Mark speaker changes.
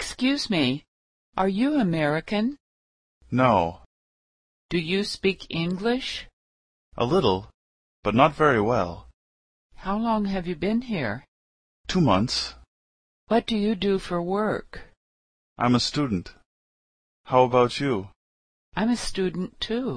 Speaker 1: Excuse me, are you American?
Speaker 2: No,
Speaker 1: Do you speak English?
Speaker 2: a little, but not very well.
Speaker 1: How long have you been here?
Speaker 2: Two months.
Speaker 1: What do you do for work?
Speaker 2: I'm a student. How about you?
Speaker 1: I'm a student too.